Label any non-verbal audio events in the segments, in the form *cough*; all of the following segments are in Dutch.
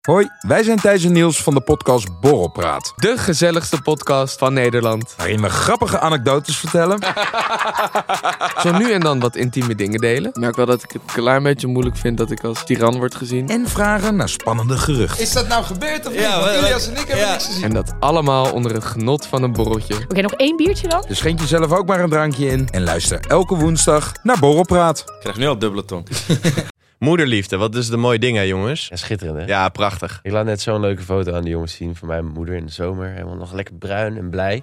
Hoi, wij zijn Thijs en Niels van de podcast Borrelpraat. De gezelligste podcast van Nederland. Waarin we grappige anekdotes *laughs* vertellen. Zo nu en dan wat intieme dingen delen. Ik merk wel dat ik het een klein beetje moeilijk vind dat ik als tiran word gezien. en vragen naar spannende geruchten. Is dat nou gebeurd of niet? Ja, Want wat- Ilias en ik hebben ja. niks gezien. En dat allemaal onder het genot van een borreltje. Oké, nog één biertje dan? Dus schenk jezelf ook maar een drankje in. En luister elke woensdag naar Borrelpraat. Ik krijg nu al dubbele tong. Moederliefde, wat is de mooie ding hè jongens? Ja, schitterend hè? Ja, prachtig. Ik laat net zo'n leuke foto aan de jongens zien van mijn moeder in de zomer. Helemaal nog lekker bruin en blij.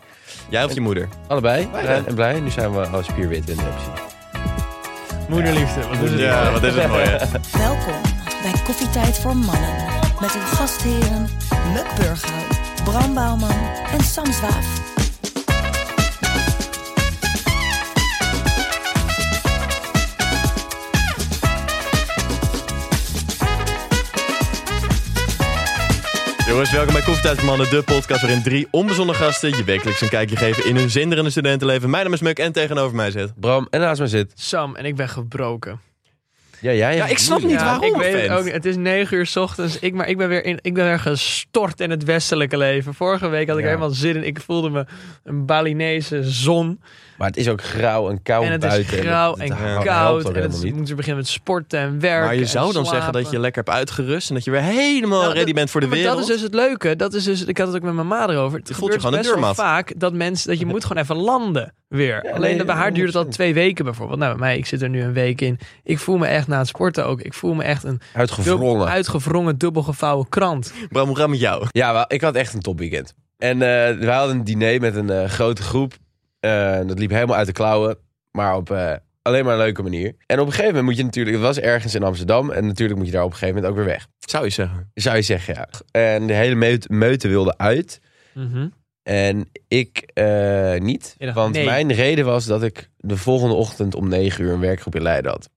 Jij of je moeder? Allebei bruin en blij. Nu zijn we al spierwit in de optie. Moederliefde. Wat is het? Ja, wat is het mooi hè? Welkom bij Koffietijd voor Mannen. Met uw gastheren Muk Burghuis, Bram Bouwman en Sam Zwaaf. Jongens, welkom bij Koffietijd voor Mannen, de podcast waarin drie onbezonnen gasten je wekelijks een kijkje geven in hun zinderende studentenleven. Mijn naam is Muk en tegenover mij zit... Bram, en naast mij zit. Sam en ik ben gebroken. Ja, jij. Ja, ik snap niet Ja, waarom, Ik weet het vent. ook niet. Het is negen uur 's ochtends. Ik, maar ik ben, weer in, ik ben weer gestort in het westelijke leven. Vorige week had ik Ja. helemaal zin in. Ik voelde me een Balinese zon. Maar het is ook grauw en koud en het buiten. is grauw Het- en het helpt ook koud. En helemaal het is- niet. moeten ze beginnen met sporten en werken. Maar je en zou dan slapen. zeggen dat je lekker hebt uitgerust en dat je weer helemaal Nou, dat- ready bent voor de maar wereld. Dat is dus het leuke. Dat is dus, ik had het ook met mijn ma erover. voelt Het je gebeurt gewoon een best wel deurmat. vaak dat mensen dat je moet gewoon even landen weer. Ja, Alleen nee, dat bij haar duurt het al 100%. twee weken bijvoorbeeld. Nou, bij mij, ik zit er nu een week in. Ik voel me echt na het sporten ook. Ik voel me echt een dubbel, Uitgevrongen. uitgevrongen, dubbelgevouwen krant. Bram, hoe gaat het met jou? Ja, wel, ik had echt een topweekend. En eh we hadden een diner met een eh, grote groep. Eh, dat liep helemaal uit de klauwen, maar op eh, alleen maar een leuke manier. En op een gegeven moment moet je natuurlijk, het was ergens in Amsterdam, en natuurlijk moet je daar op een gegeven moment ook weer weg. Zou je zeggen. Zou je zeggen, ja. En de hele meut- meute wilde uit. Mhm. En ik eh, niet. Je dacht, want nee. mijn reden was dat ik de volgende ochtend om 9 uur een werkgroep in Leiden had.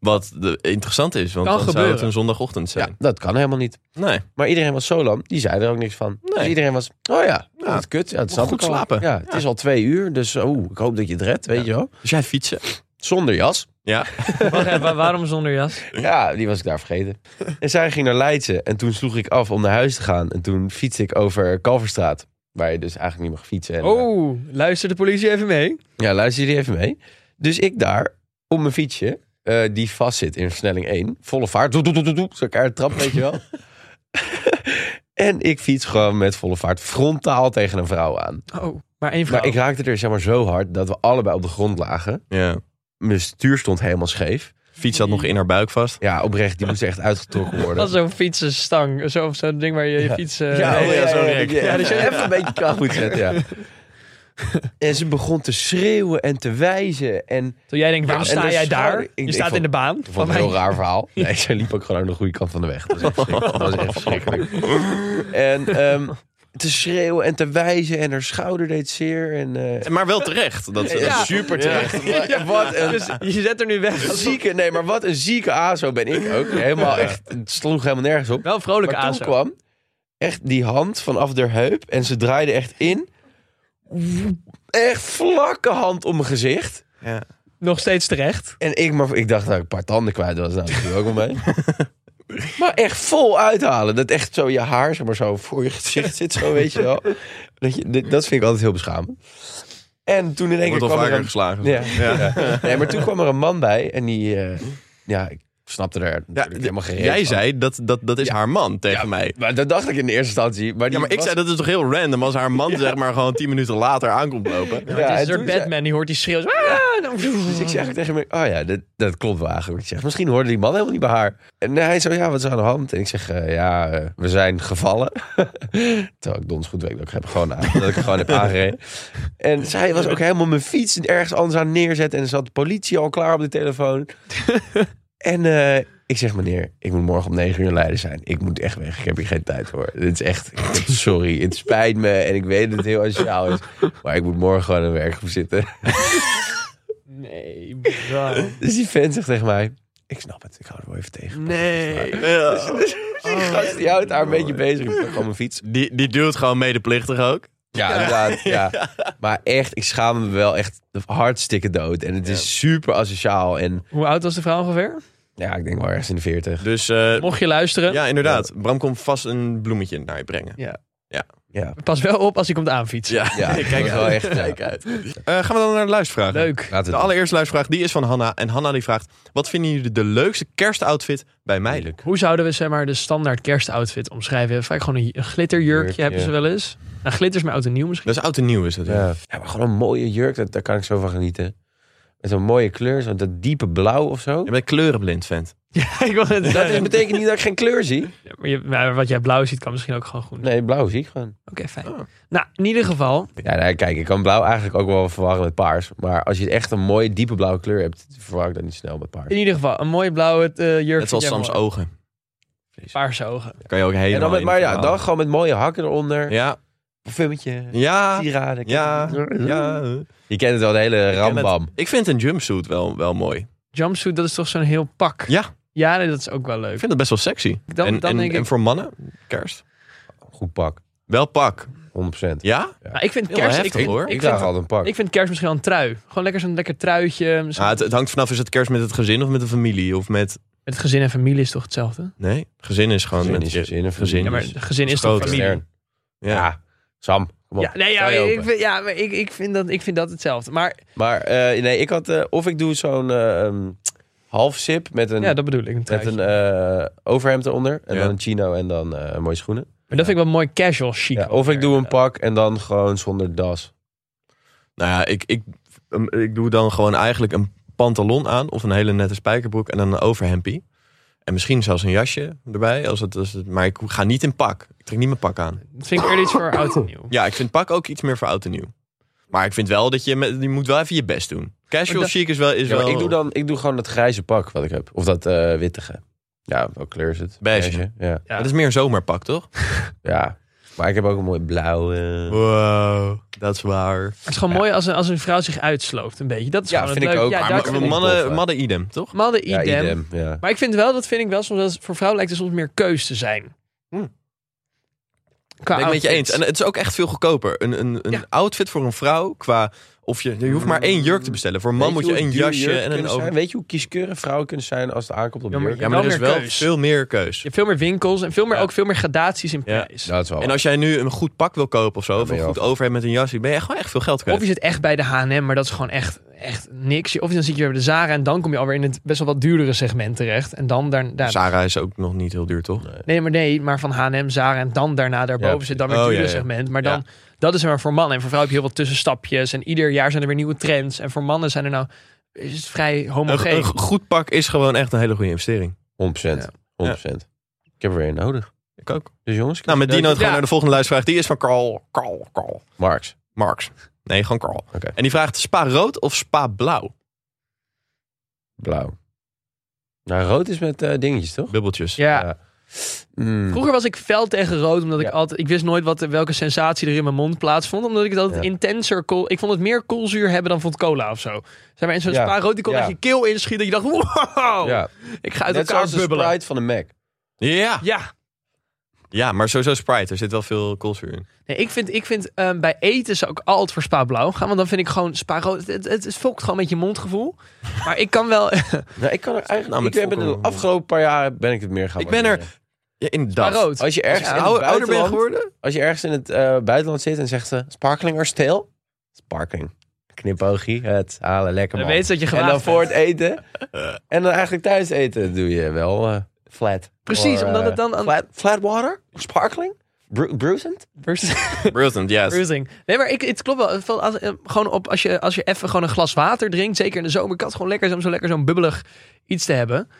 Wat de, interessant is, want Kan dan zou gebeuren. het een zondagochtend Ja, zijn. dat kan helemaal niet. Nee. Maar iedereen was zo lam, die zei er ook niks van. Dus iedereen was, oh ja, Ja. ja. dat kut. Ja, dat snap goed ik al. slapen. Ja, het is al twee uur, dus oeh, ik hoop dat je het redt, weet je wel. Dus jij fietsen? Zonder jas. Ja. Wacht even, waarom zonder jas? Ja, die was ik daar vergeten. En zij ging naar Leidse en toen sloeg ik af om naar huis te gaan. En toen fietste ik over Kalverstraat, waar je dus eigenlijk niet mag fietsen. En, eh, Oh, luister de politie even mee. Ja, luister jullie even mee. Dus ik daar, op mijn fietsje, eh, die vastzit in versnelling 1, volle vaart, doe, doe, doe, doe, doe, zo'n elkaar trap, weet je wel. *laughs* en ik fiets gewoon met volle vaart frontaal tegen een vrouw aan. Oh, maar één vrouw. Maar ik raakte er zeg maar zo hard dat we allebei op de grond lagen. Ja. Mijn stuur stond helemaal scheef. Fiets zat nog in haar buik vast. Ja, oprecht, die moest echt *laughs* uitgetrokken worden. Dat is zo'n fietsenstang. Zo, of zo'n ding waar je je fiets... eh, Ja, oh ja, ja, zo'n ja, rek. ja, Ja, ja, die dus zou je je even een beetje kracht moet zetten, *laughs* ja. En ze begon te schreeuwen en te wijzen. En Terwijl jij denkt, waarom Ja, en sta dat jij is daar? waar. Ik- je ik staat vond- in de baan. ik vond het Van een heel mij. raar *laughs* verhaal. Nee, ze liep ook gewoon aan de goede kant van de weg. Dat was echt verschrikkelijk. Dat was echt verschrikkelijk. En ehm, te schreeuwen en te wijzen. En haar schouder deed zeer. En, eh, Maar wel terecht. Dat, dat Ja. is super terecht. maar wat een Dus je zet er nu weg. zieke... Nee, maar wat een zieke aso ben ik ook. Helemaal echt... Het sloeg helemaal nergens op. Wel een vrolijke Maar aas. toen kwam echt die hand vanaf de heup en ze draaide echt in. Echt vlakke hand om mijn gezicht. Nog steeds terecht. En ik, maar, ik dacht dat ik een paar tanden kwijt was. Nou, dat viel ook wel *laughs* mee. Maar echt vol uithalen. Dat echt zo je haar zeg maar, zo voor je gezicht zit. Zo, weet je wel. Dat, je, dat- dat vind ik altijd heel beschamend. En toen in één keer Wordt kwam al er vaker een, geslagen. ja, ja. Nee, maar toen kwam er een man bij. En die... eh, ja, ik snapte er Ja, natuurlijk helemaal geen reet jij van. zei dat, dat dat is haar man tegen mij. Maar dat dacht ik in de eerste instantie. Maar, die Ja, maar ik was- zei dat is toch heel random als haar man zeg maar gewoon tien minuten later aankomt lopen. Ja, het en is er toen zei- Batman, die hoort die schreeuw. Ah, dan- Dus ik zeg tegen hem, oh ja, dat, dat klopt wel eigenlijk. Ik zeg, misschien hoorde die man helemaal niet bij haar. En hij zo, ja, wat is er aan de hand? En ik zeg, eh, ja, eh, we zijn gevallen. *laughs* Terwijl ik dons goed weet dat ik heb gewoon, aan, dat ik gewoon heb aangereden. En zij was ook helemaal mijn fiets ergens anders aan neerzetten. En er zat de politie al klaar op de telefoon. en eh, ik zeg, meneer, ik moet morgen om negen uur in Leiden zijn. Ik moet echt weg. Ik heb hier geen tijd voor. Dit is echt, *laughs* sorry, het spijt me. En ik weet dat het heel asociaal is. Maar ik moet morgen gewoon aan de werkgroep zitten. Nee, bizar. Dus die fan zegt tegen mij: Ik snap het, ik hou er wel even tegen. Nee. Die Oh. *laughs* gast die houdt haar een beetje bezig. Ik pak gewoon mijn fiets. Die, die duwt gewoon medeplichtig ook. Ja, inderdaad. *laughs* Ja. Maar echt, ik schaam me wel echt hartstikke dood. En het is super asociaal. En Hoe oud was de vrouw ongeveer? Ja, ik denk wel ergens in de 40. Dus eh, Mocht je luisteren, ja, inderdaad. Bram komt vast een bloemetje naar je brengen. Ja. pas wel op als hij komt aanfietsen. Ja, *laughs* Ja, kijk dat uit. is wel echt, ja. Kijk uit. Eh, gaan we dan naar de luistervragen? Leuk. Laten De we het allereerste luistervraag die is van Hanna. En Hanna die vraagt: Wat vinden jullie de leukste kerstoutfit bij Meijelijk? Hoe zouden we zeg maar, de standaard kerstoutfit omschrijven? Vaak gewoon een, een glitterjurkje Jurkje. hebben ze wel eens. Nou, glitter is maar oud en nieuw misschien. Dat is oud en nieuw, is dat? doen. ja. ja, maar gewoon een mooie jurk, dat, daar kan ik zo van genieten. Met zo'n mooie kleur, zo dat diepe blauw of zo. Je bent kleurenblind, vent. Ja, *laughs* ik wil het Dat is- betekent niet dat ik geen kleur zie. maar, je- maar wat jij blauw ziet, kan misschien ook gewoon groen. zijn. Nee, blauw zie ik gewoon. Oké, fijn. Ah. Nou, in ieder geval, Ja, nou, kijk, ik kan blauw eigenlijk ook wel verwarren met paars. Maar als je echt een mooie diepe blauwe kleur hebt, verwar ik dat niet snel met paars. in ieder geval een mooie blauwe eh jurk. Net zoals vind jij Sam's mooi. ogen. Paarse ogen. Kan je ook helemaal En dan met, in maar ja, verdwalen. dan gewoon met mooie hakken eronder. Ja, Parfummetje, ja, sieraden. ja, ja. Je kent het wel, de hele ken het. rambam. Ik vind een jumpsuit wel, wel mooi. Jumpsuit, dat is toch zo'n heel pak? Ja, Ja, nee, dat is ook wel ik leuk. vind het best wel sexy. Dan- en, dan en, denk ik- en voor mannen, kerst. Goed pak, 100%. Wel pak. Ja? Maar ik vind Heel kerst... heftig, ik, hoor. Ik, Ik vind, draag altijd een pak. ik vind kerst misschien wel een trui. Gewoon lekker zo'n lekker truitje. misschien Ah, het, het hangt vanaf, is het kerst met het gezin of met de familie? Of met... Met het gezin en familie is toch hetzelfde? Nee, gezin is gewoon Gezin met is je- gezin of gezin. Ja, maar dus is- het gezin is toch groter. familie? Stern. ja. Ja, Sam. Kom op. Ja, nee, ja, Sta je ik open. vind, ja, maar ik, ik, vind dat, ik vind dat hetzelfde. Maar Maar eh, nee, ik had... eh, of ik doe zo'n eh, ehm, half sip met een, ja, dat bedoel ik. Een met truitje. een eh, overhemd eronder. En Ja. dan een chino en dan eh, mooie schoenen. maar dat vind ik wel mooi casual chic. Ja, of ik doe een pak en dan gewoon zonder das. Nou ja, ik, ik, um, ik doe dan gewoon eigenlijk een pantalon aan of een hele nette spijkerbroek en dan een overhempie. En misschien zelfs een jasje erbij. Als het, als het, maar ik ga niet in pak. Ik trek niet mijn pak aan. Dat vind ik eerder iets voor *coughs* oud en nieuw. Ja, ik vind pak ook iets meer voor oud en nieuw. Maar ik vind wel dat je, met, je moet wel even je best doen. Casual Maar dat- chic is wel... Is Ja, maar wel ik, doe dan, ik doe gewoon dat grijze pak wat ik heb. Of dat eh, wittige. Ja, welke kleur is het? Beige. Ja. Ja, dat is meer een zomerpak, toch? ja, maar ik heb ook een mooi blauw... eh, Wow, dat is waar. Het is gewoon mooi als een, als een vrouw zich uitsloopt een beetje. Dat is Ja, gewoon vind het ik leuke. ook. Ah, Ja, Maar daar ma- kan ik- ma- mannen, mannen idem, toch? Mannen ja, idem. idem, ja. Maar ik vind wel, dat vind ik wel, soms dat voor vrouwen lijkt er soms meer keus te zijn. Hm. Hmm. Qua Ben ik met je eens. outfits. En eh, het is ook echt veel goedkoper. Een, een, een Ja. outfit voor een vrouw qua... Of je, je hoeft maar één jurk te bestellen. Voor een man Hmm. Weet moet je je hoe één duur jasje jurken en een kunnen over... zijn? Weet je hoe kieskeurig vrouwen kunnen zijn als het aankomt op Ja, maar- jurken? Ja, maar er is meer wel keus. veel meer keus. Je hebt veel meer winkels en veel meer, Ja. ook veel meer gradaties in Ja. prijs. Dat is wel En als jij nu een goed pak wil kopen of zo, of ben een je goed af. overhemd met een jasje, ben je echt wel echt veel geld kwijt. Of je zit echt bij de H&M, maar dat is gewoon echt, echt niks. Of dan zit je weer bij de Zara en dan kom je alweer in het best wel wat duurdere segment terecht. En dan daar, daar- Sarah is ook nog niet heel duur, toch? Nee, maar nee, maar van H&M, Zara en dan daarna daarboven Ja, zit dan weer het precies. duurdere Oh, ja, ja. segment. Maar dan, dat is er maar voor mannen. En voor vrouwen heb je heel wat tussenstapjes. En ieder jaar zijn er weer nieuwe trends. En voor mannen zijn er nou, is het vrij Een, homogeen. een goed pak is gewoon echt een hele goede investering. 100%. Ja. 100%. Ik heb er weer een nodig. Ik ook. Dus jongens, Nou, met die noot nodig. gaan we naar de volgende luistervraag. Die is van Carl, Carl, Carl. Marks. Marx. Nee, gewoon Carl. Oké. En die vraagt spa rood of spa blauw? Blauw. Nou, rood is met eh, dingetjes, toch? Bubbeltjes. ja. Mm. Vroeger was ik fel tegen rood, omdat ik Ja. altijd... Ik wist nooit wat, welke sensatie er in mijn mond plaatsvond. Omdat ik dat Ja. intenser... Kool, ik vond het meer koolzuur hebben dan vond cola of zo. Zijn maar in zo'n Ja. spa rood, die kon Ja. echt je keel inschieten. Dat je dacht, wow, Ja. ik ga uit Net elkaar zoals de bubbelen. Sprite van de Mac. Ja. Ja, ja, maar sowieso Sprite. Er zit wel veel koolzuur in. nee, ik vind, ik vind ehm, bij eten zou ik altijd voor spa blauw gaan. Want dan vind ik gewoon spa rood... Het, het, het fokt gewoon met je mondgevoel. Maar ik kan wel... *laughs* Nou, ik kan er Nou, eigenlijk... met ik ben- ben volkomen- de afgelopen paar jaar ben ik het meer gaan Ik ben er- waarderen. Ja, spa inderdaad. rood. Als je ergens Als je in het ouder, ouder bent buitenland... geworden? *laughs* Als je ergens in het eh, buitenland zit en zegt... eh, sparkling or steel? Sparkling. Knipoogie. Het halen. Lekker Dan man. weet je dat je gewaagd En dan voor bent. het eten. en dan eigenlijk thuis eten doe je wel eh, flat. Precies, Or, omdat eh, het dan aan- Flat, flat water? Sparkling? Bru- Bruisend? Brilliant, yes. Cruising. Nee, maar ik, het klopt wel. Van Als, eh, gewoon op, als, je, als je even gewoon een glas water drinkt, zeker in de zomer, kan het gewoon lekker om zo lekker zo'n bubbelig iets te hebben.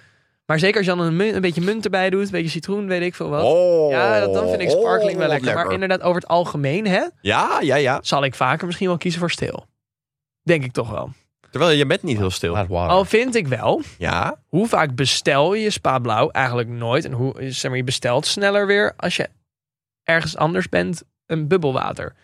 Maar zeker als je dan een, mun- een beetje munt erbij doet, een beetje citroen, weet ik veel wat. Oh, ja, dat- dan vind ik sparkling oh, wel wat lekker. Maar inderdaad, over het algemeen hè, Ja, ja, ja. zal ik vaker misschien wel kiezen voor stil. Denk ik toch wel. Terwijl je bent niet heel stil. Flat water. Al vind ik wel, Ja. hoe vaak bestel je spa blauw eigenlijk nooit. En hoe, zeg maar, je bestelt sneller weer als je ergens anders bent een bubbelwater.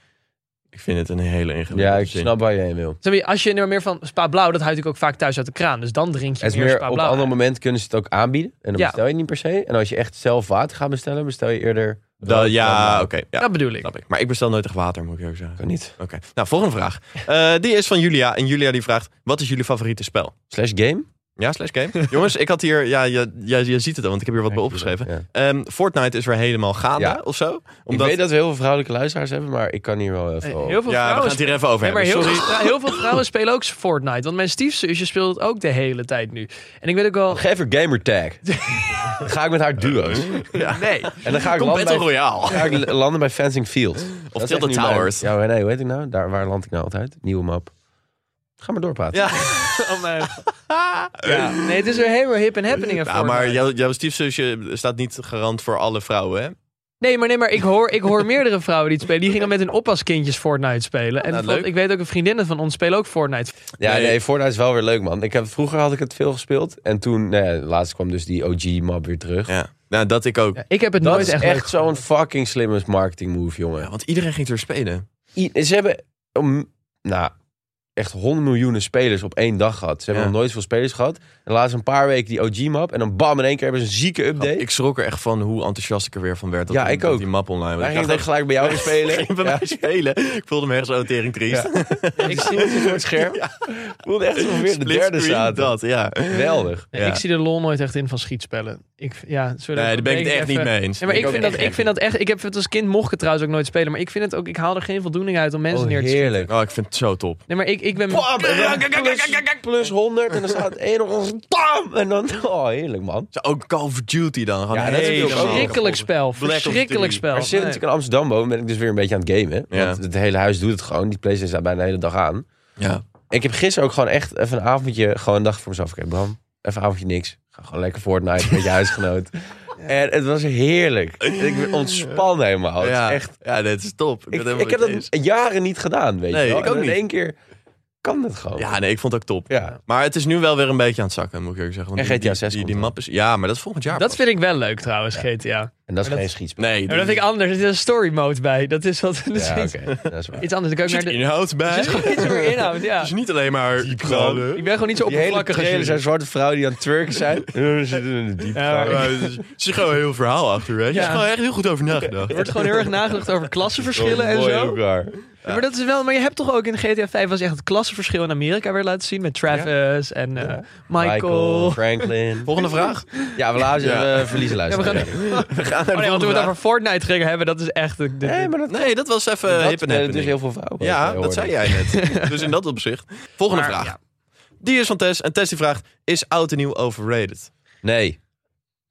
Ik vind het een hele ingewikkelde ja, ik zin. snap waar je heen wil. Zeg maar, Als je er meer van spa blauw, dat huid ik ook vaak thuis uit de kraan. Dus dan drink je Het is meer, meer, spa op een blauw. ander moment kunnen ze het ook aanbieden. En dan Ja. bestel je het niet per se. En als je echt zelf water gaat bestellen, bestel je eerder... Da- ja, oké. ja, Dat bedoel ik. snap ik. Maar ik bestel nooit echt water, moet ik eerlijk zeggen. Kan niet. Oké. Nou, volgende vraag. Eh, die is van Julia. En Julia die vraagt, wat is jullie favoriete spel? Slash game? Ja, slash *laughs* game. Jongens, ik had hier... Ja, je, je, je ziet het al, want ik heb hier wat bij opgeschreven. Ja. Ehm, Fortnite is weer helemaal gaande, Ja. of zo. Ik weet dat we heel veel vrouwelijke luisteraars hebben, maar ik kan hier wel Eh, even... Eh, Heel veel Ja, we gaan vrouwen het hier even over Nee, maar hebben. heel, Sorry. veel, ja, heel veel vrouwen spelen ook Fortnite. Want mijn stiefzusje speelt het ook de hele tijd nu. En ik weet ook wel... Geef haar *laughs* gamertag. Dan ga ik met haar duo's. Nee. En dan ga ik, Kom landen Battle bij, Royale. ga ik landen bij Fencing Field. Of Dat is Tilted echt nu mijn- Towers. ja, maar nee, hoe heet ik nou? Daar, waar land ik nou altijd? Nieuwe map. Ga maar doorpraten. *laughs* Ja. Oh, nee. Ja. nee, het is weer helemaal hip en happening in eh, Ja, Fortnite. Nou, maar jouw, jouw stiefzusje staat niet garant voor alle vrouwen, hè? Nee, maar, nee, maar ik, hoor, ik hoor meerdere vrouwen die het spelen. Die gingen met hun oppaskindjes Fortnite spelen. En Nou, vol- leuk. ik weet ook, een vriendinnen van ons spelen ook Fortnite. Ja, Nee. nee, Fortnite is wel weer leuk, man. Ik heb, vroeger had ik het veel gespeeld. En toen, nou ja, laatst kwam dus die OG-map weer terug. Ja. Nou, dat ik ook. Ik heb het Dat nooit is echt, echt, leuk zo'n gevonden. fucking slimme marketing move, jongen. Ja, want iedereen ging er spelen. I- ze hebben om, nou, echt honderden miljoenen spelers op één dag gehad. Ze hebben Ja. nog nooit veel spelers gehad. En laatst een paar weken die OG-map. En dan bam, in één keer hebben ze een zieke update. Oh, Ik schrok er echt van hoe enthousiast ik er weer van werd. Dat Ja, die, ik dat ook. die map online. was. Hij Ik ging dacht het ook echt, gelijk bij jou *laughs* spelen. ging bij mij spelen. Ik voelde me echt zo tering triest. *laughs* Ik zie het een soort scherm. voelde *laughs* echt alsof we weer in de Split derde screen, zaten. Dat, ja. Geweldig. Nee, Ja. Ik zie de lol nooit echt in van schietspelen. Ik, ja, sorry dat Nee, daar ben ik het echt even- niet mee eens. Nee, maar ik, ook vind echt dat, ik vind dat echt... Ik heb het als kind mocht ik het trouwens ook nooit spelen. Maar ik vind het ook... Ik haal er geen voldoening uit om mensen Oh, neer te schieten. heerlijk. niet. Oh, ik vind het zo top. Nee, maar ik, ik ben... Bam, en dan plus, plus 100 en dan staat één nog als bam en dan oh heerlijk man. Zo, Ook Call of Duty dan. Gewoon Ja, dat is natuurlijk ook helemaal- Verschrikkelijk spel. Black Ops Verschrikkelijk 3. spel. Maar zit Nee. natuurlijk in Amsterdam woon, ben ik dus weer een beetje aan het gamen. Ja. Want het hele huis doet het gewoon. Die PlayStation staat bijna de hele dag aan. Ja. Ik heb gisteren ook gewoon echt even een avondje, gewoon een dag voor mezelf. Oké, Bram, even een avondje niks. Ga gewoon lekker Fortnite met je *laughs* huisgenoot. En het was heerlijk. Ik ben ontspannen helemaal. Oh, Het is Ja. echt, ja, dit is top. ik, ben het ik heb helemaal met dat jaren niet gedaan, weet Nee, je wel. ik ook En niet. In één keer kan het gewoon. je eens. Ja, nee, ik vond het ook top. Oh. ja. Maar het is nu wel weer een beetje aan het zakken, moet ik eerlijk zeggen. Want En die- GTA 6 die, die, komt die wel. map is... Ja, maar dat is volgend jaar. Dat pas. vind ik wel leuk trouwens, GTA. En dat is Maar dat- geen schietspel. Nee. Maar dat vind ik anders. Er zit een story mode bij. Dat is wat... *laughs* dat is Ja, iets- oké. *laughs* Dat is waar. Iets anders. Dan kan ik naar de... inhoud bij. Er zit *laughs* gewoon iets meer inhoud, ja. *laughs* Het is niet alleen maar... knallen. Ik ben gewoon niet zo Die hele oppervlakkig als trailer zijn jullie. zwarte vrouwen die aan het turken *laughs* zijn. Ze zitten in de diepgang. Ja, maar *laughs* het is- Er zit gewoon een heel verhaal achter, weet je. Er is Ja. gewoon echt heel goed over nagedacht. Er wordt gewoon heel erg nagedacht *laughs* over klassenverschillen en Mooi zo. elkaar. Maar dat is wel... Maar je hebt toch ook in GTA 5 was echt het klassenverschil in Amerika weer laten zien. Met Travis en eh, Michael. Franklin. Volgende vraag. Ja, we, luisteren, we verliezen Ja, we luisteren. gaan... *laughs* Ja, We gaan naar Oh nee, want toen we het over Fortnite gingen hebben, dat is echt... De, de- Nee, maar dat, Nee, dat was even dat hip en eh, happening. dus heel veel vrouwen. Ja, Eh, dat hoorden. zei jij *laughs* net. dus in dat opzicht. Volgende Maar, vraag. ja. Die is van Tess. En Tess die vraagt, is oud en nieuw overrated? Nee.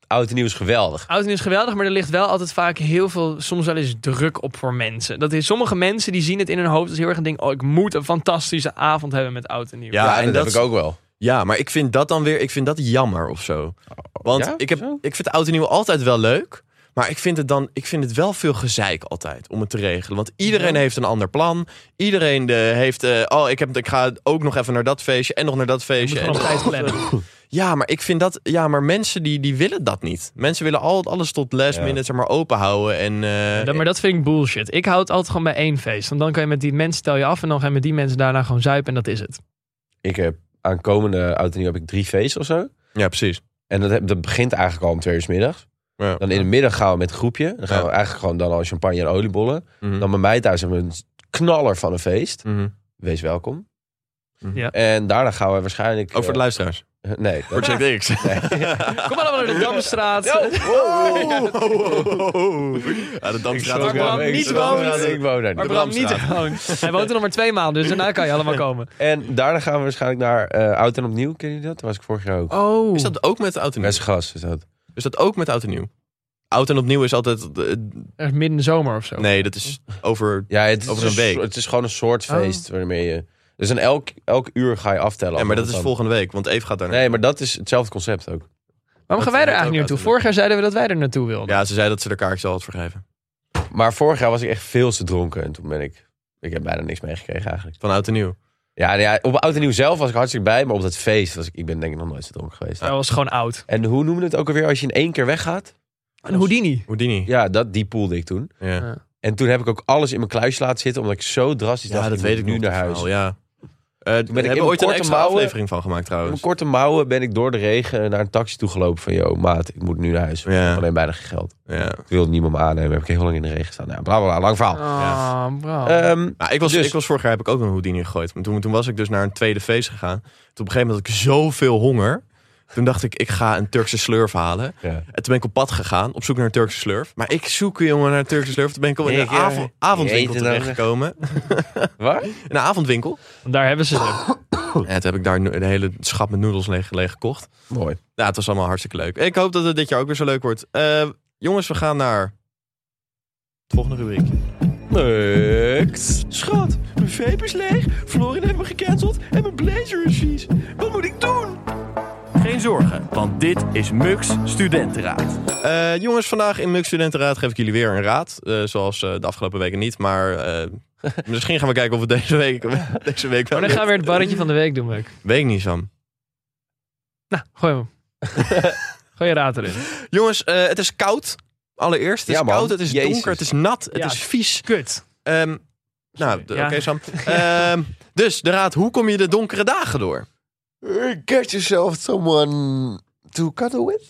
Oud en nieuw is geweldig. Oud en nieuw is geweldig, maar er ligt wel altijd vaak heel veel, soms wel eens druk op voor mensen. Dat is, sommige mensen die zien het in hun hoofd als heel erg een ding, oh ik moet een fantastische avond hebben met oud en nieuw. Ja, Ja, en dat, dat heb is- ik ook wel. Ja, maar ik vind dat dan weer, ik vind dat jammer of zo. Want Oh, ja? ik, heb, Zo? ik vind oud en nieuw altijd wel leuk. Maar ik vind, het dan, ik vind het wel veel gezeik altijd om het te regelen. Want iedereen heeft een ander plan. Iedereen eh, heeft. eh, oh, ik, heb, ik ga ook nog even naar dat feestje. En nog naar dat Je feestje. moet En gewoon op nog- tijd plannen. *laughs* Ja, maar ik vind dat. Ja, maar mensen die, die willen dat niet. Mensen willen al, alles tot last Ja. minute zeg maar open houden. En, eh, Dat- maar dat vind ik bullshit. Ik houd het altijd gewoon bij één feest. Want dan kan je met die mensen tel je af en dan ga je met die mensen daarna gewoon zuipen en dat is het. Ik heb aankomende oud en nieuw heb ik drie feesten of zo. ja, precies. En dat, heb- dat begint eigenlijk al om twee uur 's middags. Ja. Dan in de middag gaan we met een groepje. Dan gaan Ja. we eigenlijk gewoon dan al champagne en oliebollen. Mhm. Dan bij mij thuis hebben we een knaller van een feest. Mhm. Wees welkom. Mm-hmm. Mhm. Ja. En daarna gaan we waarschijnlijk... Ook voor de eh, luisteraars. *laughs* Nee. dat- Project X. *laughs* Kom allemaal naar de Damstraat. *laughs* Wow. Ja, de Ik dansstraat zou ook wel. Bram wel- ik niet zou wel woont. zeggen, Ik woon daar Maar niet. Bram niet gewoon. *laughs* Hij woont er nog maar twee maanden, dus daarna kan je allemaal komen. En daarna gaan we waarschijnlijk naar eh Oud en Opnieuw. Ken je dat? Daar was ik vorig jaar ook. Oh. Is dat ook met oud en nieuw? Best gas is dat. Is dat ook met oud en nieuw? Oud en opnieuw is altijd. eh, Echt midden in de zomer of zo? nee, dat is over. Ja, het is, Over een week. soort- het is gewoon een soort feest waarmee je... Dus een elk, elk uur ga je aftellen. Ja, maar dat is Dan- volgende week, want Eve gaat daar. Nee, maar dat is hetzelfde concept ook. Waarom gaan wij er dat eigenlijk ook niet naartoe? uit- Vorig jaar zeiden we dat wij er naartoe wilden. Ja, ze zei dat ze de kaartjes al had vergeven. Maar vorig jaar was ik echt veel te dronken. En toen ben ik... Ik heb bijna niks meegekregen eigenlijk. Van oud en nieuw. Ja, nou ja, op Oud en Nieuw zelf was ik hartstikke bij. Maar op dat feest was ik... Ik ben denk ik nog nooit zo dronken geweest. Hij was gewoon oud. En hoe noemen we het ook alweer als je in één keer weggaat? Een Houdini. Houdini. Ja, dat, die poelde ik toen. Ja, ja. En toen heb ik ook alles in mijn kluisje laten zitten. Omdat ik zo drastisch dacht, dat ik weet ik moet nu nog, naar dat huis. verhaal, Ja. Eh, we in hebben mijn ooit een korte extra mouwen- aflevering van gemaakt Met mijn trouwens. korte mouwen ben ik door de regen naar een taxi toe gelopen van... Yo, maat, ik moet nu naar huis. Ik Ja. heb alleen bijna geen geld. Ja. Ik wilde niemand me aannemen. Heb ik heel lang in de regen staan. Nou, bla, bla, bla, lang verhaal. Ah, bro. Ehm, Nou, ik, was, Dus- ik was vorig jaar heb ik ook een Houdini gegooid. Maar toen, toen was ik dus naar een tweede feest gegaan. Toen op een gegeven moment had ik zoveel honger. Toen dacht ik, ik ga een Turkse slurf halen. Ja. En toen ben ik op pad gegaan, op zoek naar een Turkse slurf. Maar ik zoek, jongen, naar een Turkse slurf. Toen ben ik al in Nee, een ik, ja. avond, avondwinkel Jeetje, nodig. terechtgekomen. Waar? In een avondwinkel. Want daar hebben ze het. En toen heb ik daar een hele schat met noedels leeg, leeg gekocht. Mooi. Ja, het was allemaal hartstikke leuk. Ik hoop dat het dit jaar ook weer zo leuk wordt. Eh, jongens, we gaan naar het volgende rubriekje. Niks. Schat, mijn vape is leeg, Florin heeft me gecanceld en mijn blazer is vies. Wat moet ik doen? Geen zorgen, want dit is Mux Studentenraad. Eh, jongens, vandaag in Mux Studentenraad geef ik jullie weer een raad. Eh, zoals eh, de afgelopen weken niet, maar eh, misschien gaan we kijken of het deze week, deze week wel Maar Oh, dan gaan we weer het barretje van de week doen, Muk. lukt. Weet ik niet, Sam. Nou, gooi hem. gooi je raad erin. Jongens, eh, het is koud. Allereerst, het is Ja, man. koud, het is Jezus. donker, het is nat, het Ja. is vies. Kut. Ehm, nou, Sorry, de- ja. oké Sam. *laughs* Ehm, dus, de raad, hoe kom je de donkere dagen door? Eh, Get yourself someone to cuddle with.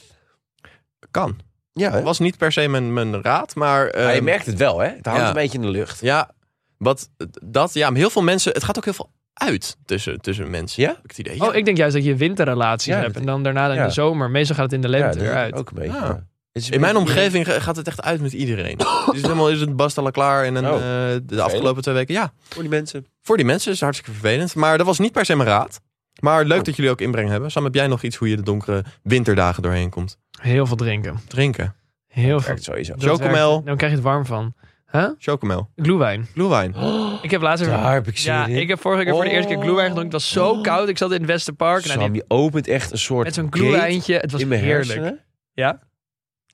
Kan. Ja, hè? Was niet per se mijn, mijn raad, maar... Maar je ehm, merkt het wel, hè? Het hangt ja. een beetje in de lucht. Ja, wat dat, ja, maar heel veel mensen, het gaat ook heel veel uit tussen, tussen mensen. Ja? Heb ik het idee. Oh, ik denk juist dat je winterrelaties Ja, hebt. dat- En dan daarna in ja. de zomer. Meestal gaat het in de lente dat weer uit. ook een beetje. Ja. ja. Ah. Het is In mijn een beetje- omgeving ga- gaat het echt uit met *laughs* iedereen. Dus het helemaal is het basta la klaar en dan, Oh. eh, de afgelopen twee weken. Ja, Voor die mensen. voor die mensen is het hartstikke vervelend. Maar dat was niet per se mijn raad. Maar Oh. leuk dat jullie ook inbreng hebben. Sam, heb jij nog iets hoe je de donkere winterdagen doorheen komt? Heel veel drinken. Drinken. Heel veel. Werkt sowieso. Dat Chocomel. werkt. Dan krijg je het warm van. Huh? Chocomel. Gloewijn. Gluwijn. Ik heb laatst even... Daar heb ik zin Ja, in. ik heb vorige keer voor de eerste keer Oh. gloewijn gedronken. Het was zo koud. Ik zat in het Westerpark. Nou, die- Sam, je opent echt een soort met zo'n gate gloewijntje. Het was in mijn heerlijk. hersenen. Ja?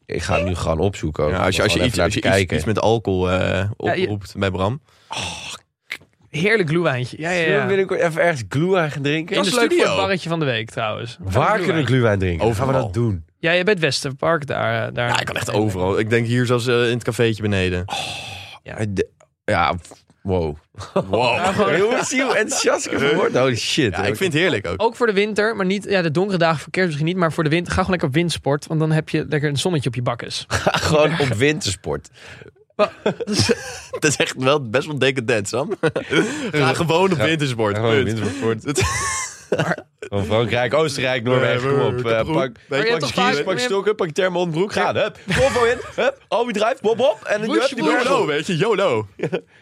Ik ga het nu gewoon opzoeken. ook. Ja, als je, als je, Gewoon iets, even als je naar iets, te iets met alcohol eh, Ja, je- oproept bij Bram. Heerlijk gloewijntje. Ja, ja, Zullen we ja. binnenkort even ergens gluwijn gaan drinken? Dat is leuk studio. voor het barretje van de week trouwens. Waar kunnen we gluwijn drinken? Overal. Gaan we Nou, dat doen? Ja, je bent Westerpark daar. eh, daar. Ja, ik kan echt overal. Ik denk hier zelfs eh, in het cafeetje beneden. Ja, de- ja f- wow. Ja, gewoon- Jongens, zie hoe enthousiast ik ervan word. Holy shit. Ja, ik vind het heerlijk *laughs* ook. Ook voor de winter, maar niet ja, de donkere dagen verkeerd misschien niet, maar voor de winter ga gewoon lekker op windsport, want dan heb je lekker een zonnetje op je bakkes. *laughs* gewoon op wintersport. dus, eh, Dat is echt wel best wel decadent, Sam. *laughs* Ga gewoon op wintersport. Gewoon punt. wintersport. Van Frankrijk, Oostenrijk, Noorwegen, kom op. Eh, pak je hebt pak toch skis, vaak- pak stokken, pak thermontbroek. Ga, hup. Volvo in, hup. Albi drijft, bop, bop. En dan Woesh, hup, die woesh. berg YOLO, op. weet je, YOLO.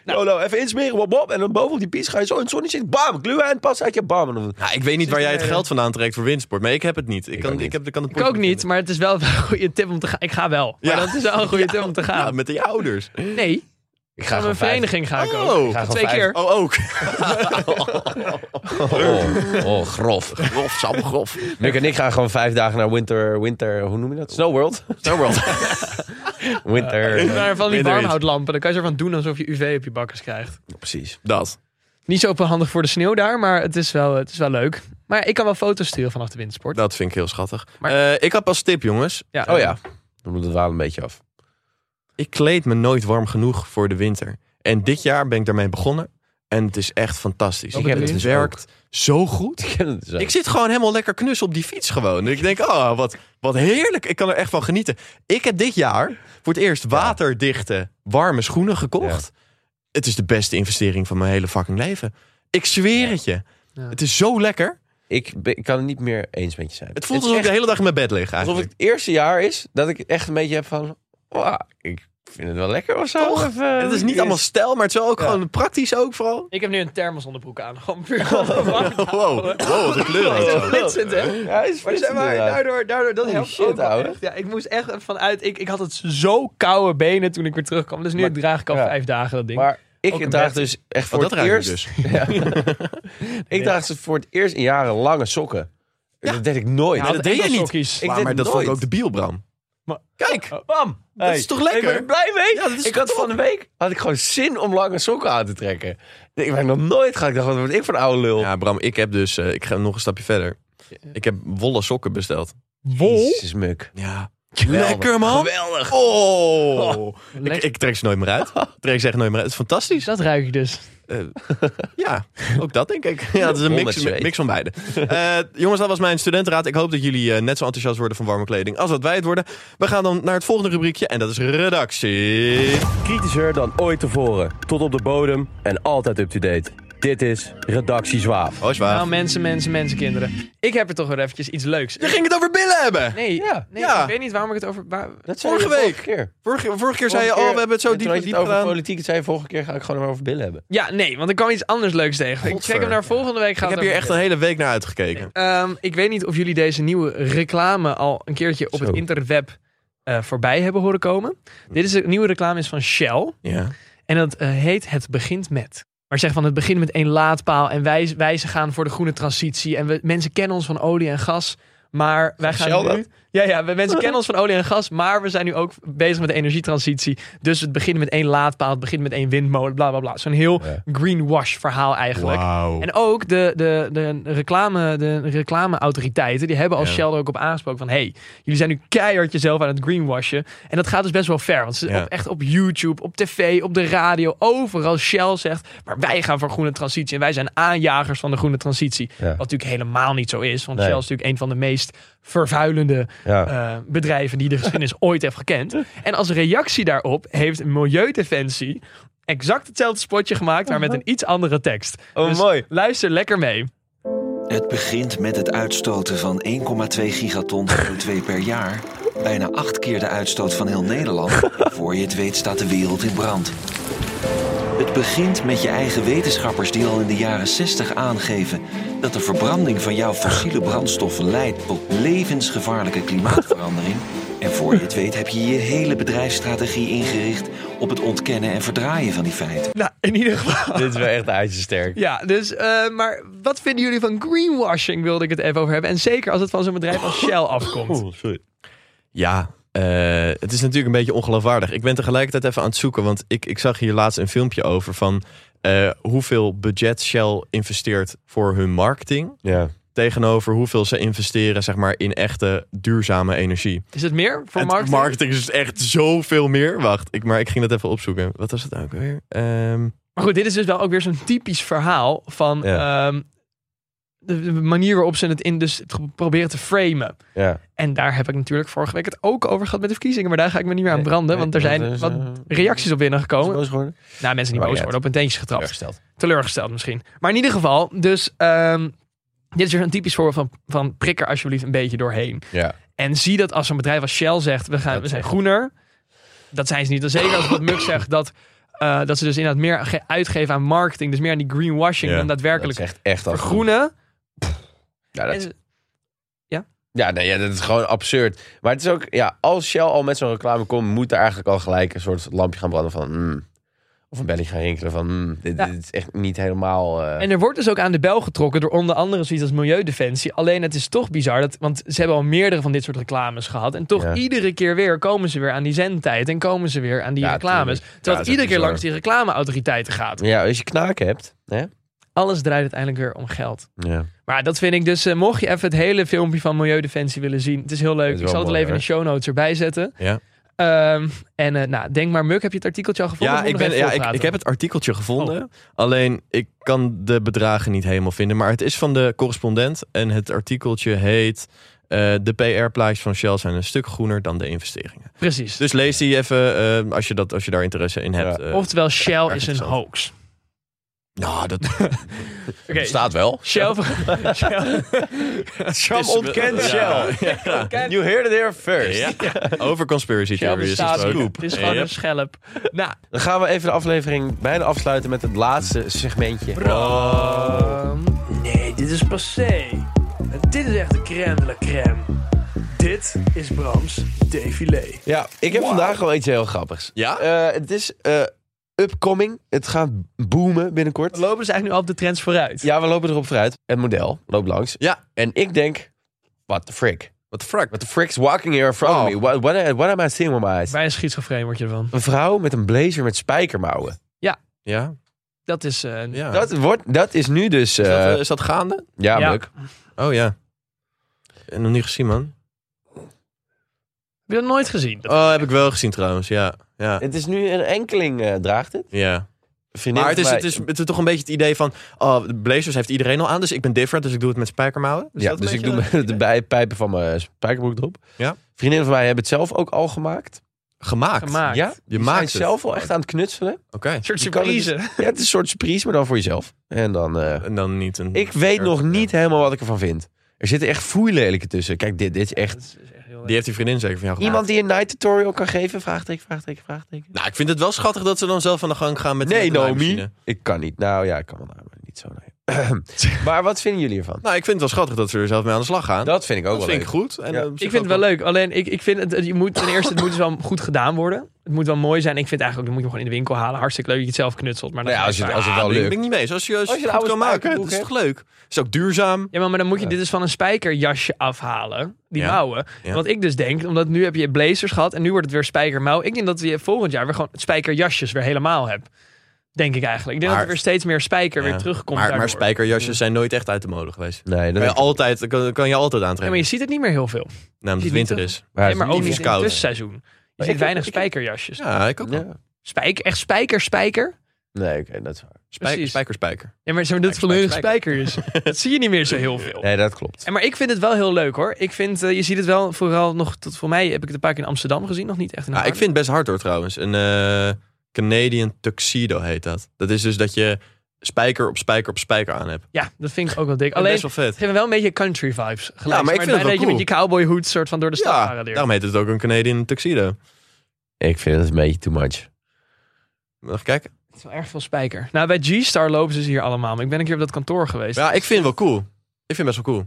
Jolo, nou, even insmeren, bop, bop. En dan boven op die pies ga je zo in het zonnetje zitten. Bam, gluwijn, pas uit je bam. En dan- Ja, ik weet niet waar jij het geld vandaan trekt voor wintersport, maar ik heb het niet. Ik, kan, ook niet. Ik, heb, ik kan het Ik ook potje niet, vinden. maar het is wel een goede tip om te gaan. Ik ga wel. Maar Ja. dat is wel *laughs* een goede tip om te Ja, gaan. met de ouders. Nee, Ik van een vereniging ga ik ook. Oh. Ik ga Ik ga Twee gewoon keer. Oh, ook. *laughs* Oh, oh, grof. Grof, Sam, grof. Mick en ik gaan gewoon vijf dagen naar Winter, winter hoe noem je dat? Snow World. *laughs* Zo, *laughs* World. Winter. eh, Maar van die Minder is. warmhoutlampen, dan kan je ervan doen alsof je UV op je bakkes krijgt. Precies. Dat. Niet zo handig voor de sneeuw daar, maar het is wel, het is wel leuk. Maar ik kan wel foto's sturen vanaf de windsport. Dat vind ik heel schattig. Maar- Eh, ik had als tip, jongens. Ja. Oh ja, dan moet het wel een beetje af. *laughs* Ik kleed me nooit warm genoeg voor de winter. En dit jaar ben ik daarmee begonnen. En het is echt fantastisch. Ik heb het het dus werkt zo goed. Ik ken het dus ook. Ik zit gewoon helemaal lekker knus op die fiets gewoon. En ik denk, oh, wat, wat heerlijk. Ik kan er echt van genieten. Ik heb dit jaar voor het eerst waterdichte, warme schoenen gekocht. Het is de beste investering van mijn hele fucking leven. Ik zweer het je. Ja. Het is zo lekker. Ik, ben- ik kan het niet meer eens met je zijn. Het voelt is alsof ik de echt hele dag in mijn bed lig alsof het eigenlijk. eerste jaar is dat ik echt een beetje heb van... "Wauw, ik vind het wel lekker of zo. Toch? Of, eh, Het is niet allemaal stijl, maar het is wel ook Ja. gewoon praktisch ook vooral. Ik heb nu een thermosonderbroek aan. Gewoon puur om de *laughs* warmte te Oh. Wow, houden. wow wat een kleur. Het is ook. wel flitsend, hè? Ja, het is Maar zeg maar, inderdaad. daardoor, daardoor dat helpt shit, ook wel ouwe. echt. Ja, ik moest echt vanuit. Ik, ik had het zo koude benen toen ik weer terugkwam. Dus nu Maar- draag ik al ja. vijf dagen dat ding. Maar Ook een ik draag bed. dus echt voor Want dat het ruikt eerst... dus. Ja. ik draag dus voor het eerst in jaren lange sokken. Dat deed ik nooit. Ja, dat deed je niet. Kies. Ik Maar, deed maar het dat vond ik nooit. ook de bielbram. Maar- Kijk, Oh, Bam! Dat is toch lekker? Ik ben er blij mee. Ja, dat is ik had top. van de week had ik gewoon zin om lange sokken aan te trekken. Ik ben nog nooit gaan. Ik dacht, wat word ik voor een oude lul? Ja, Bram, ik heb dus, eh, ik ga nog een stapje verder. Ik heb wollen sokken besteld. Wol? Jezus, muk. Ja. Lekker man. Geweldig. Oh. Ik, ik trek ze nooit meer uit. Ik trek ze echt nooit meer uit. Het is fantastisch. Dat ruik ik dus. Ja, ook dat denk ik. Ja, het is een Vol mix, met zweet. mix van beide. *laughs* Eh, jongens, dat was mijn studentenraad. Ik hoop dat jullie eh, net zo enthousiast worden van warme kleding als dat wij het worden. We gaan dan naar het volgende rubriekje en dat is redactie. Kritischer dan ooit tevoren. Tot op de bodem en altijd up-to-date. Dit is Redactie Zwaap. Oh, is waar. Nou, mensen, mensen, mensen, kinderen. Ik heb er toch weer eventjes iets leuks. je ging het over billen hebben. Nee, Ja, nee ja. ik weet niet waarom ik het over... waar- Dat zei je Vorige vorige week. keer. Vorige, vorige keer zei je, oh, we hebben het zo diep, Toen had je diep het over gedaan. politiek. Het zei je vorige keer, ga ik gewoon over billen hebben. Ja, nee, want ik kwam iets anders leuks tegen. Ik trek Godver. hem naar volgende week. Ik gaat heb het hier over echt een hele week naar uitgekeken. Ehm, ik weet niet of jullie deze nieuwe reclame al een keertje op Zo. het interweb eh, voorbij hebben horen komen. Hm. Dit is een nieuwe reclame is van Shell. Ja. En dat eh, heet Het Begint Met. Maar zeg van het begint met één laadpaal. En wij, wij ze gaan voor de groene transitie. En we, mensen kennen ons van olie en gas. Maar wij gaan Shell nu... dat? Ja, ja, we, mensen kennen ons van olie en gas. Maar we zijn nu ook bezig met de energietransitie. Dus het begint met één laadpaal. Het begint met één windmolen. Bla, bla, bla. Zo'n heel Ja. greenwash verhaal eigenlijk. Wauw. En ook de, de, de, reclame, de reclameautoriteiten, die hebben als Ja. Shell er ook op aangesproken van... hey, jullie zijn nu keihard jezelf aan het greenwashen. En dat gaat dus best wel ver. Want ze Ja. op, echt op YouTube, op tv, op de radio, overal Shell zegt... maar wij gaan voor groene transitie en wij zijn aanjagers van de groene transitie. Ja. Wat natuurlijk helemaal niet zo is. Want Nee. Shell is natuurlijk een van de meest vervuilende Ja. eh, bedrijven... die de geschiedenis *laughs* ooit heeft gekend. En als reactie daarop heeft Milieudefensie... Exact hetzelfde spotje gemaakt, maar met een iets andere tekst. Uh-huh. Oh, Dus mooi. Luister lekker mee. Het begint met het uitstoten van 1,2 gigaton CO2 per jaar. Bijna acht keer de uitstoot van heel Nederland. Voor je het weet staat de wereld in brand. Het begint met je eigen wetenschappers die al in de jaren 60 aangeven dat de verbranding van jouw fossiele brandstoffen leidt tot levensgevaarlijke klimaatverandering. En voor je het weet heb je je hele bedrijfsstrategie ingericht op het ontkennen en verdraaien van die feiten. Nou, in ieder geval. Dit is wel echt *laughs* ijzersterk. Ja, dus, eh, maar wat vinden jullie van greenwashing? Wilde ik het even over hebben. En zeker als het van zo'n bedrijf als Shell afkomt. Ja, eh, het is natuurlijk een beetje ongeloofwaardig. Ik ben tegelijkertijd even aan het zoeken, want ik, ik zag hier laatst een filmpje over van eh, hoeveel budget Shell investeert voor hun marketing. Ja. Tegenover hoeveel ze investeren zeg maar, in echte duurzame energie. Is het meer voor Het marketing? is echt zoveel meer. Wacht, ik, maar ik ging dat even opzoeken. Wat was het nou ook weer? Ehm, Maar goed, dit is dus wel ook weer zo'n typisch verhaal van Ja. ehm, de, de manier waarop ze het in dus het ge- proberen te framen. ja. En daar heb ik natuurlijk vorige week het ook over gehad met de verkiezingen. Maar daar ga ik me niet meer aan Nee, branden, nee, want er zijn dat is, wat eh, reacties op binnengekomen. Boos geworden? Nou, mensen niet Maakt boos niet uit. worden, op hun teentjes getrapt. Teleurgesteld. teleurgesteld misschien. Maar in ieder geval, dus ehm, dit is weer een typisch voorbeeld van, van prik er alsjeblieft een beetje doorheen. Ja. En zie dat als een bedrijf als Shell zegt, we, gaan, we zijn groener. Dat zijn ze niet. En zeker als wat Muk zegt, dat, eh, dat ze dus inderdaad meer ge- uitgeven aan marketing. Dus meer aan die greenwashing Ja, dan Dat is daadwerkelijk echt, echt al groen. vergroenen. Ja, dat, En- ja, nee, ja, dat is gewoon absurd. Maar het is ook, ja, als Shell al met zo'n reclame komt, moet er eigenlijk al gelijk een soort lampje gaan branden van, hmm. of een belling gaan rinkelen van, hmm, dit, Ja. dit is echt niet helemaal. eh, En er wordt dus ook aan de bel getrokken door onder andere zoiets als Milieudefensie. Alleen het is toch bizar, dat, want ze hebben al meerdere van dit soort reclames gehad. En toch Ja. iedere keer weer komen ze weer aan die zendtijd en komen ze weer aan die Ja, reclames. tuurlijk. Terwijl dat het is iedere keer bizar. langs die reclameautoriteiten gaat. Ja, als je knaken hebt, hè? Alles draait uiteindelijk weer om geld. Ja. Maar dat vind ik dus, eh, mocht je even het hele filmpje van Milieudefensie willen zien. Het is heel leuk, is ik wel zal het wel mooi, even in de show notes erbij zetten. Ja. Ehm, en eh, nou, denk maar, Muk, heb je het artikeltje al gevonden? ja, Of moet ik, nog ben, even Oh. ja ik, volpraten? ik heb het artikeltje gevonden. Alleen ik kan de bedragen niet helemaal vinden. Maar het is van de correspondent. En het artikeltje heet. eh, de PR-plaatjes van Shell zijn een stuk groener dan de investeringen. Precies. Dus lees die even eh, als, je dat, als je daar interesse in hebt. Ja. Eh, Oftewel, Shell erg is een interessant. hoax. nou, *laughs* dat Oké, Staat wel. Shell, *laughs* Shell, Sham ontkent Ja. Shell. Ontkent. You heard it here first. *laughs* over conspiracy Shell theories. bestaat niet. gesproken. Het is gewoon een Yep. schelp. Nou, Dan gaan we even de aflevering bijna afsluiten met het laatste segmentje. Ehm, nee, dit is passé. En dit is echt de crème de la crème. Dit is Brams défilé. Ja, ik heb vandaag wel iets heel grappigs. Ja? Eh, het is eh, upcoming. Het gaat boomen binnenkort. We lopen dus eigenlijk nu al op de trends vooruit. Ja, we lopen erop vooruit. Het model loopt langs. Ja. En ik denk, what the frick? What the Oh. fuck? What the frick's walking here in front of me? What, what, what am I seeing with my eyes? Bijna schizofreen word je ervan. Een vrouw met een blazer met spijkermouwen. Ja, Dat is... eh, ja. Dat, wordt, dat is nu dus... is, dat, eh, eh, is dat gaande? ja, ja. Muk. Oh ja. Eh, Nog niet gezien, man. Heb je dat nooit gezien? Dat- Oh, heb ik wel gezien trouwens. Ja, ja, Het is nu een enkeling eh, draagt het. ja. Vriendin Maar het van is, mij- het, is, het is toch een beetje het idee van... Oh, de blazers heeft iedereen al aan, dus ik ben different. Dus ik doe het met spijkermouwen. Is ja, dat een dus ik beetje doe dat- me de bij- pijpen van mijn spijkerbroek erop. Ja. Vriendinnen van mij hebben het zelf ook al gemaakt. Gemaakt. gemaakt. Ja, Je je maakt maakt het. zelf wel echt aan het knutselen. Oké. Een soort Je kan het dus- surprise. Ja, het is een soort surprise, maar dan voor jezelf. En dan... eh, En dan niet een. ik weet nog Ja. niet helemaal wat ik ervan vind. Er zitten echt foeilelijke tussen. Kijk, dit, dit is echt... Die heeft die vriendin zeker van jou gemaakt. Iemand die een night tutorial kan geven? Vraagteken, vraagteken, vraagteken. Nou, ik vind het wel schattig dat ze dan zelf aan de gang gaan met. Nee, met de Naomi. naaimachine. Ik kan niet. Nou ja, ik kan wel, nou, maar niet zo. nee. *clears throat* maar wat vinden jullie ervan? Nou, ik vind het wel schattig dat ze er zelf mee aan de slag gaan. Dat vind ik ook Dat wel vind ik leuk. goed. En Ja. eh, op zich Ik vind ook het wel leuk. Alleen ik, ik vind het, je moet ten eerste, het moet dus wel goed gedaan worden. Het moet wel mooi zijn. Ik vind eigenlijk ook, dan moet je hem gewoon in de winkel halen. Hartstikke leuk dat je het zelf knutselt. Maar dan Nou ja, als je, als het Ah, wel ben ik- lukt. ben ik niet mee eens. Als je, als je Als je het een goed kan oude maken, dat spijkerbroek is hebt. toch leuk? is ook duurzaam. Ja, maar, maar dan moet je dit dus van een spijkerjasje afhalen. Die Ja. mouwen. Ja. Wat ik dus denk, omdat nu heb je blazers gehad en nu wordt het weer spijkermouw. Ik denk dat je volgend jaar weer gewoon spijkerjasjes weer helemaal hebt. Denk ik eigenlijk. Ik denk dat Maar- er weer steeds meer spijker Ja. weer terugkomt. Maar, maar daardoor. spijkerjasjes zijn nooit echt uit de mode geweest. Nee, dat Kan je is altijd, kan, kan je altijd Ja, maar je aantrekken. ziet het niet meer heel veel. Nou, omdat ziet het niet winter toch? is. maar Nee, het is maar ook niet niet in het koud. tussenseizoen. Je ik ziet heb- weinig ik heb- spijkerjasjes. Ja, ik ook wel. Ja. Spijker, echt spijker, spijker. Nee, oké, dat is waar. Spijker, precies. spijker, spijker. Ja, maar zeg maar, dit Spijker, volledig spijker, spijker is. *laughs* Dat zie je niet meer zo heel veel. Nee, dat klopt. En maar ik vind het wel heel leuk hoor. Ik vind, eh, je ziet het wel vooral nog, tot voor mij heb ik het een paar keer in Amsterdam gezien. Nog niet echt in Nou, ik Haarlem. vind het best hard hoor trouwens. Een eh, Canadian tuxedo heet dat. Dat is dus dat je spijker op spijker op spijker aan hebt. Ja, dat vind ik ook wel dik. Alleen, Alleen, best wel vet. Ze hebben wel een beetje country vibes. Gelijk, maar ik vind het wel dat je cool. met je cowboy hoed soort van door de stad Ja, paradeert. daarom heet het ook een Canadian tuxedo. Ik vind het een beetje too much. Mag ik kijken? Het is wel erg veel spijker. Nou, bij G-Star lopen ze hier allemaal. Maar ik ben een keer op dat kantoor geweest. Ja, ik vind het wel cool. Ik vind het best wel cool.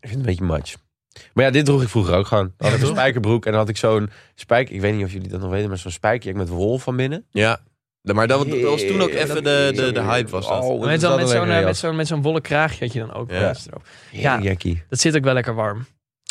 Ik vind het een beetje much. Maar ja, dit droeg ik vroeger ook gewoon. Dan had ik een spijkerbroek en dan had ik zo'n spijk... Ik weet niet of jullie dat nog weten, maar zo'n spijkje met wol van binnen. Ja. De- Maar dat, dat was toen ook even de, de, de hype was dat. Oh, met dat zo'n is met wel een zo'n eh, lekkere met zo'n- met zo'n wollen kraagje had je dan ook. Ja. wel eens erop. jas. ja. Heel jakkie. Dat zit ook wel lekker warm. Dan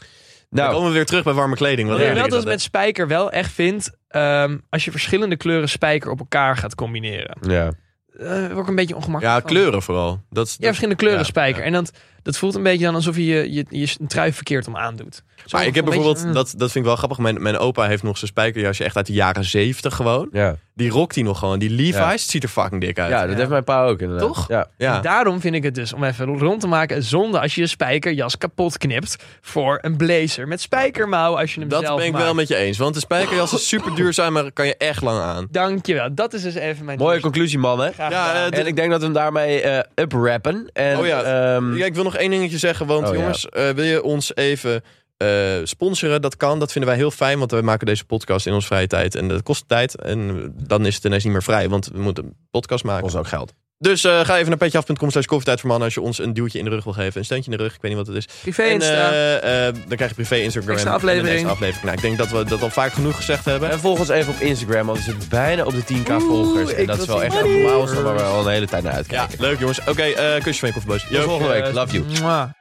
Nou, komen we weer terug bij warme kleding. Wat Wat ik heerlijk wel is dus dat, met spijker wel echt vind, ehm, als je verschillende kleuren spijker op elkaar gaat combineren, ja. eh word ik een beetje hè? ongemakkelijk. Ja, van. kleuren vooral. Dat is, Ja, verschillende kleuren Oh. Ja, spijker. ja. En dat, dat voelt een beetje dan alsof je je, je, je trui verkeerd om aandoet. Zo Maar ik heb een beetje, bijvoorbeeld, mm. dat, dat vind ik wel grappig. Mijn, mijn opa heeft nog zijn spijkerjasje echt uit de jaren zeventig gewoon. Ja. Die rockt hij nog gewoon. Die Levi's Ja. het ziet er fucking dik uit. ja, dat heeft mijn pa ook inderdaad. Toch? Ja. Ja. mm. Daarom vind ik het dus, om even rond te maken, zonde als je je spijkerjas kapot knipt voor een blazer met spijkermouw als je hem Dat zelf ben ik maakt. wel met je eens. Want de spijkerjas *laughs* is super duurzaam, maar kan je echt lang aan. Dankjewel, dat is dus even mijn... Mooie toestand. conclusie, mannen. Graag Ja, gedaan. eh, En ik denk dat we hem daarmee eh uprappen. En, Oh ja. ehm, Ja, ik wil nog één dingetje zeggen, want Oh, ja. jongens, eh, wil je ons even eh, sponsoren? Dat kan, dat vinden wij heel fijn, want wij maken deze podcast in onze vrije tijd. En dat kost tijd en dan is het ineens niet meer vrij, want we moeten een podcast maken. kost ook geld. Dus eh, ga even naar petjeaf.com slash koffietijd voor mannen als je ons een duwtje in de rug wil geven. Een steuntje in de rug, ik weet niet wat het is. Privé En, Insta. eh, eh, dan krijg je privé Instagram. Extra en een aflevering. extra aflevering. Nou, ik denk dat we dat al vaak genoeg gezegd hebben. En volg ons even op Instagram, want we zitten bijna op de 10k volgers. En ik dat is wil wel zien echt een milestone waar we al een hele tijd naar Ja, uitkijken. leuk jongens. Oké, eh kusjes van je koffieboos. Tot Yo. volgende week. Love you. Mwah.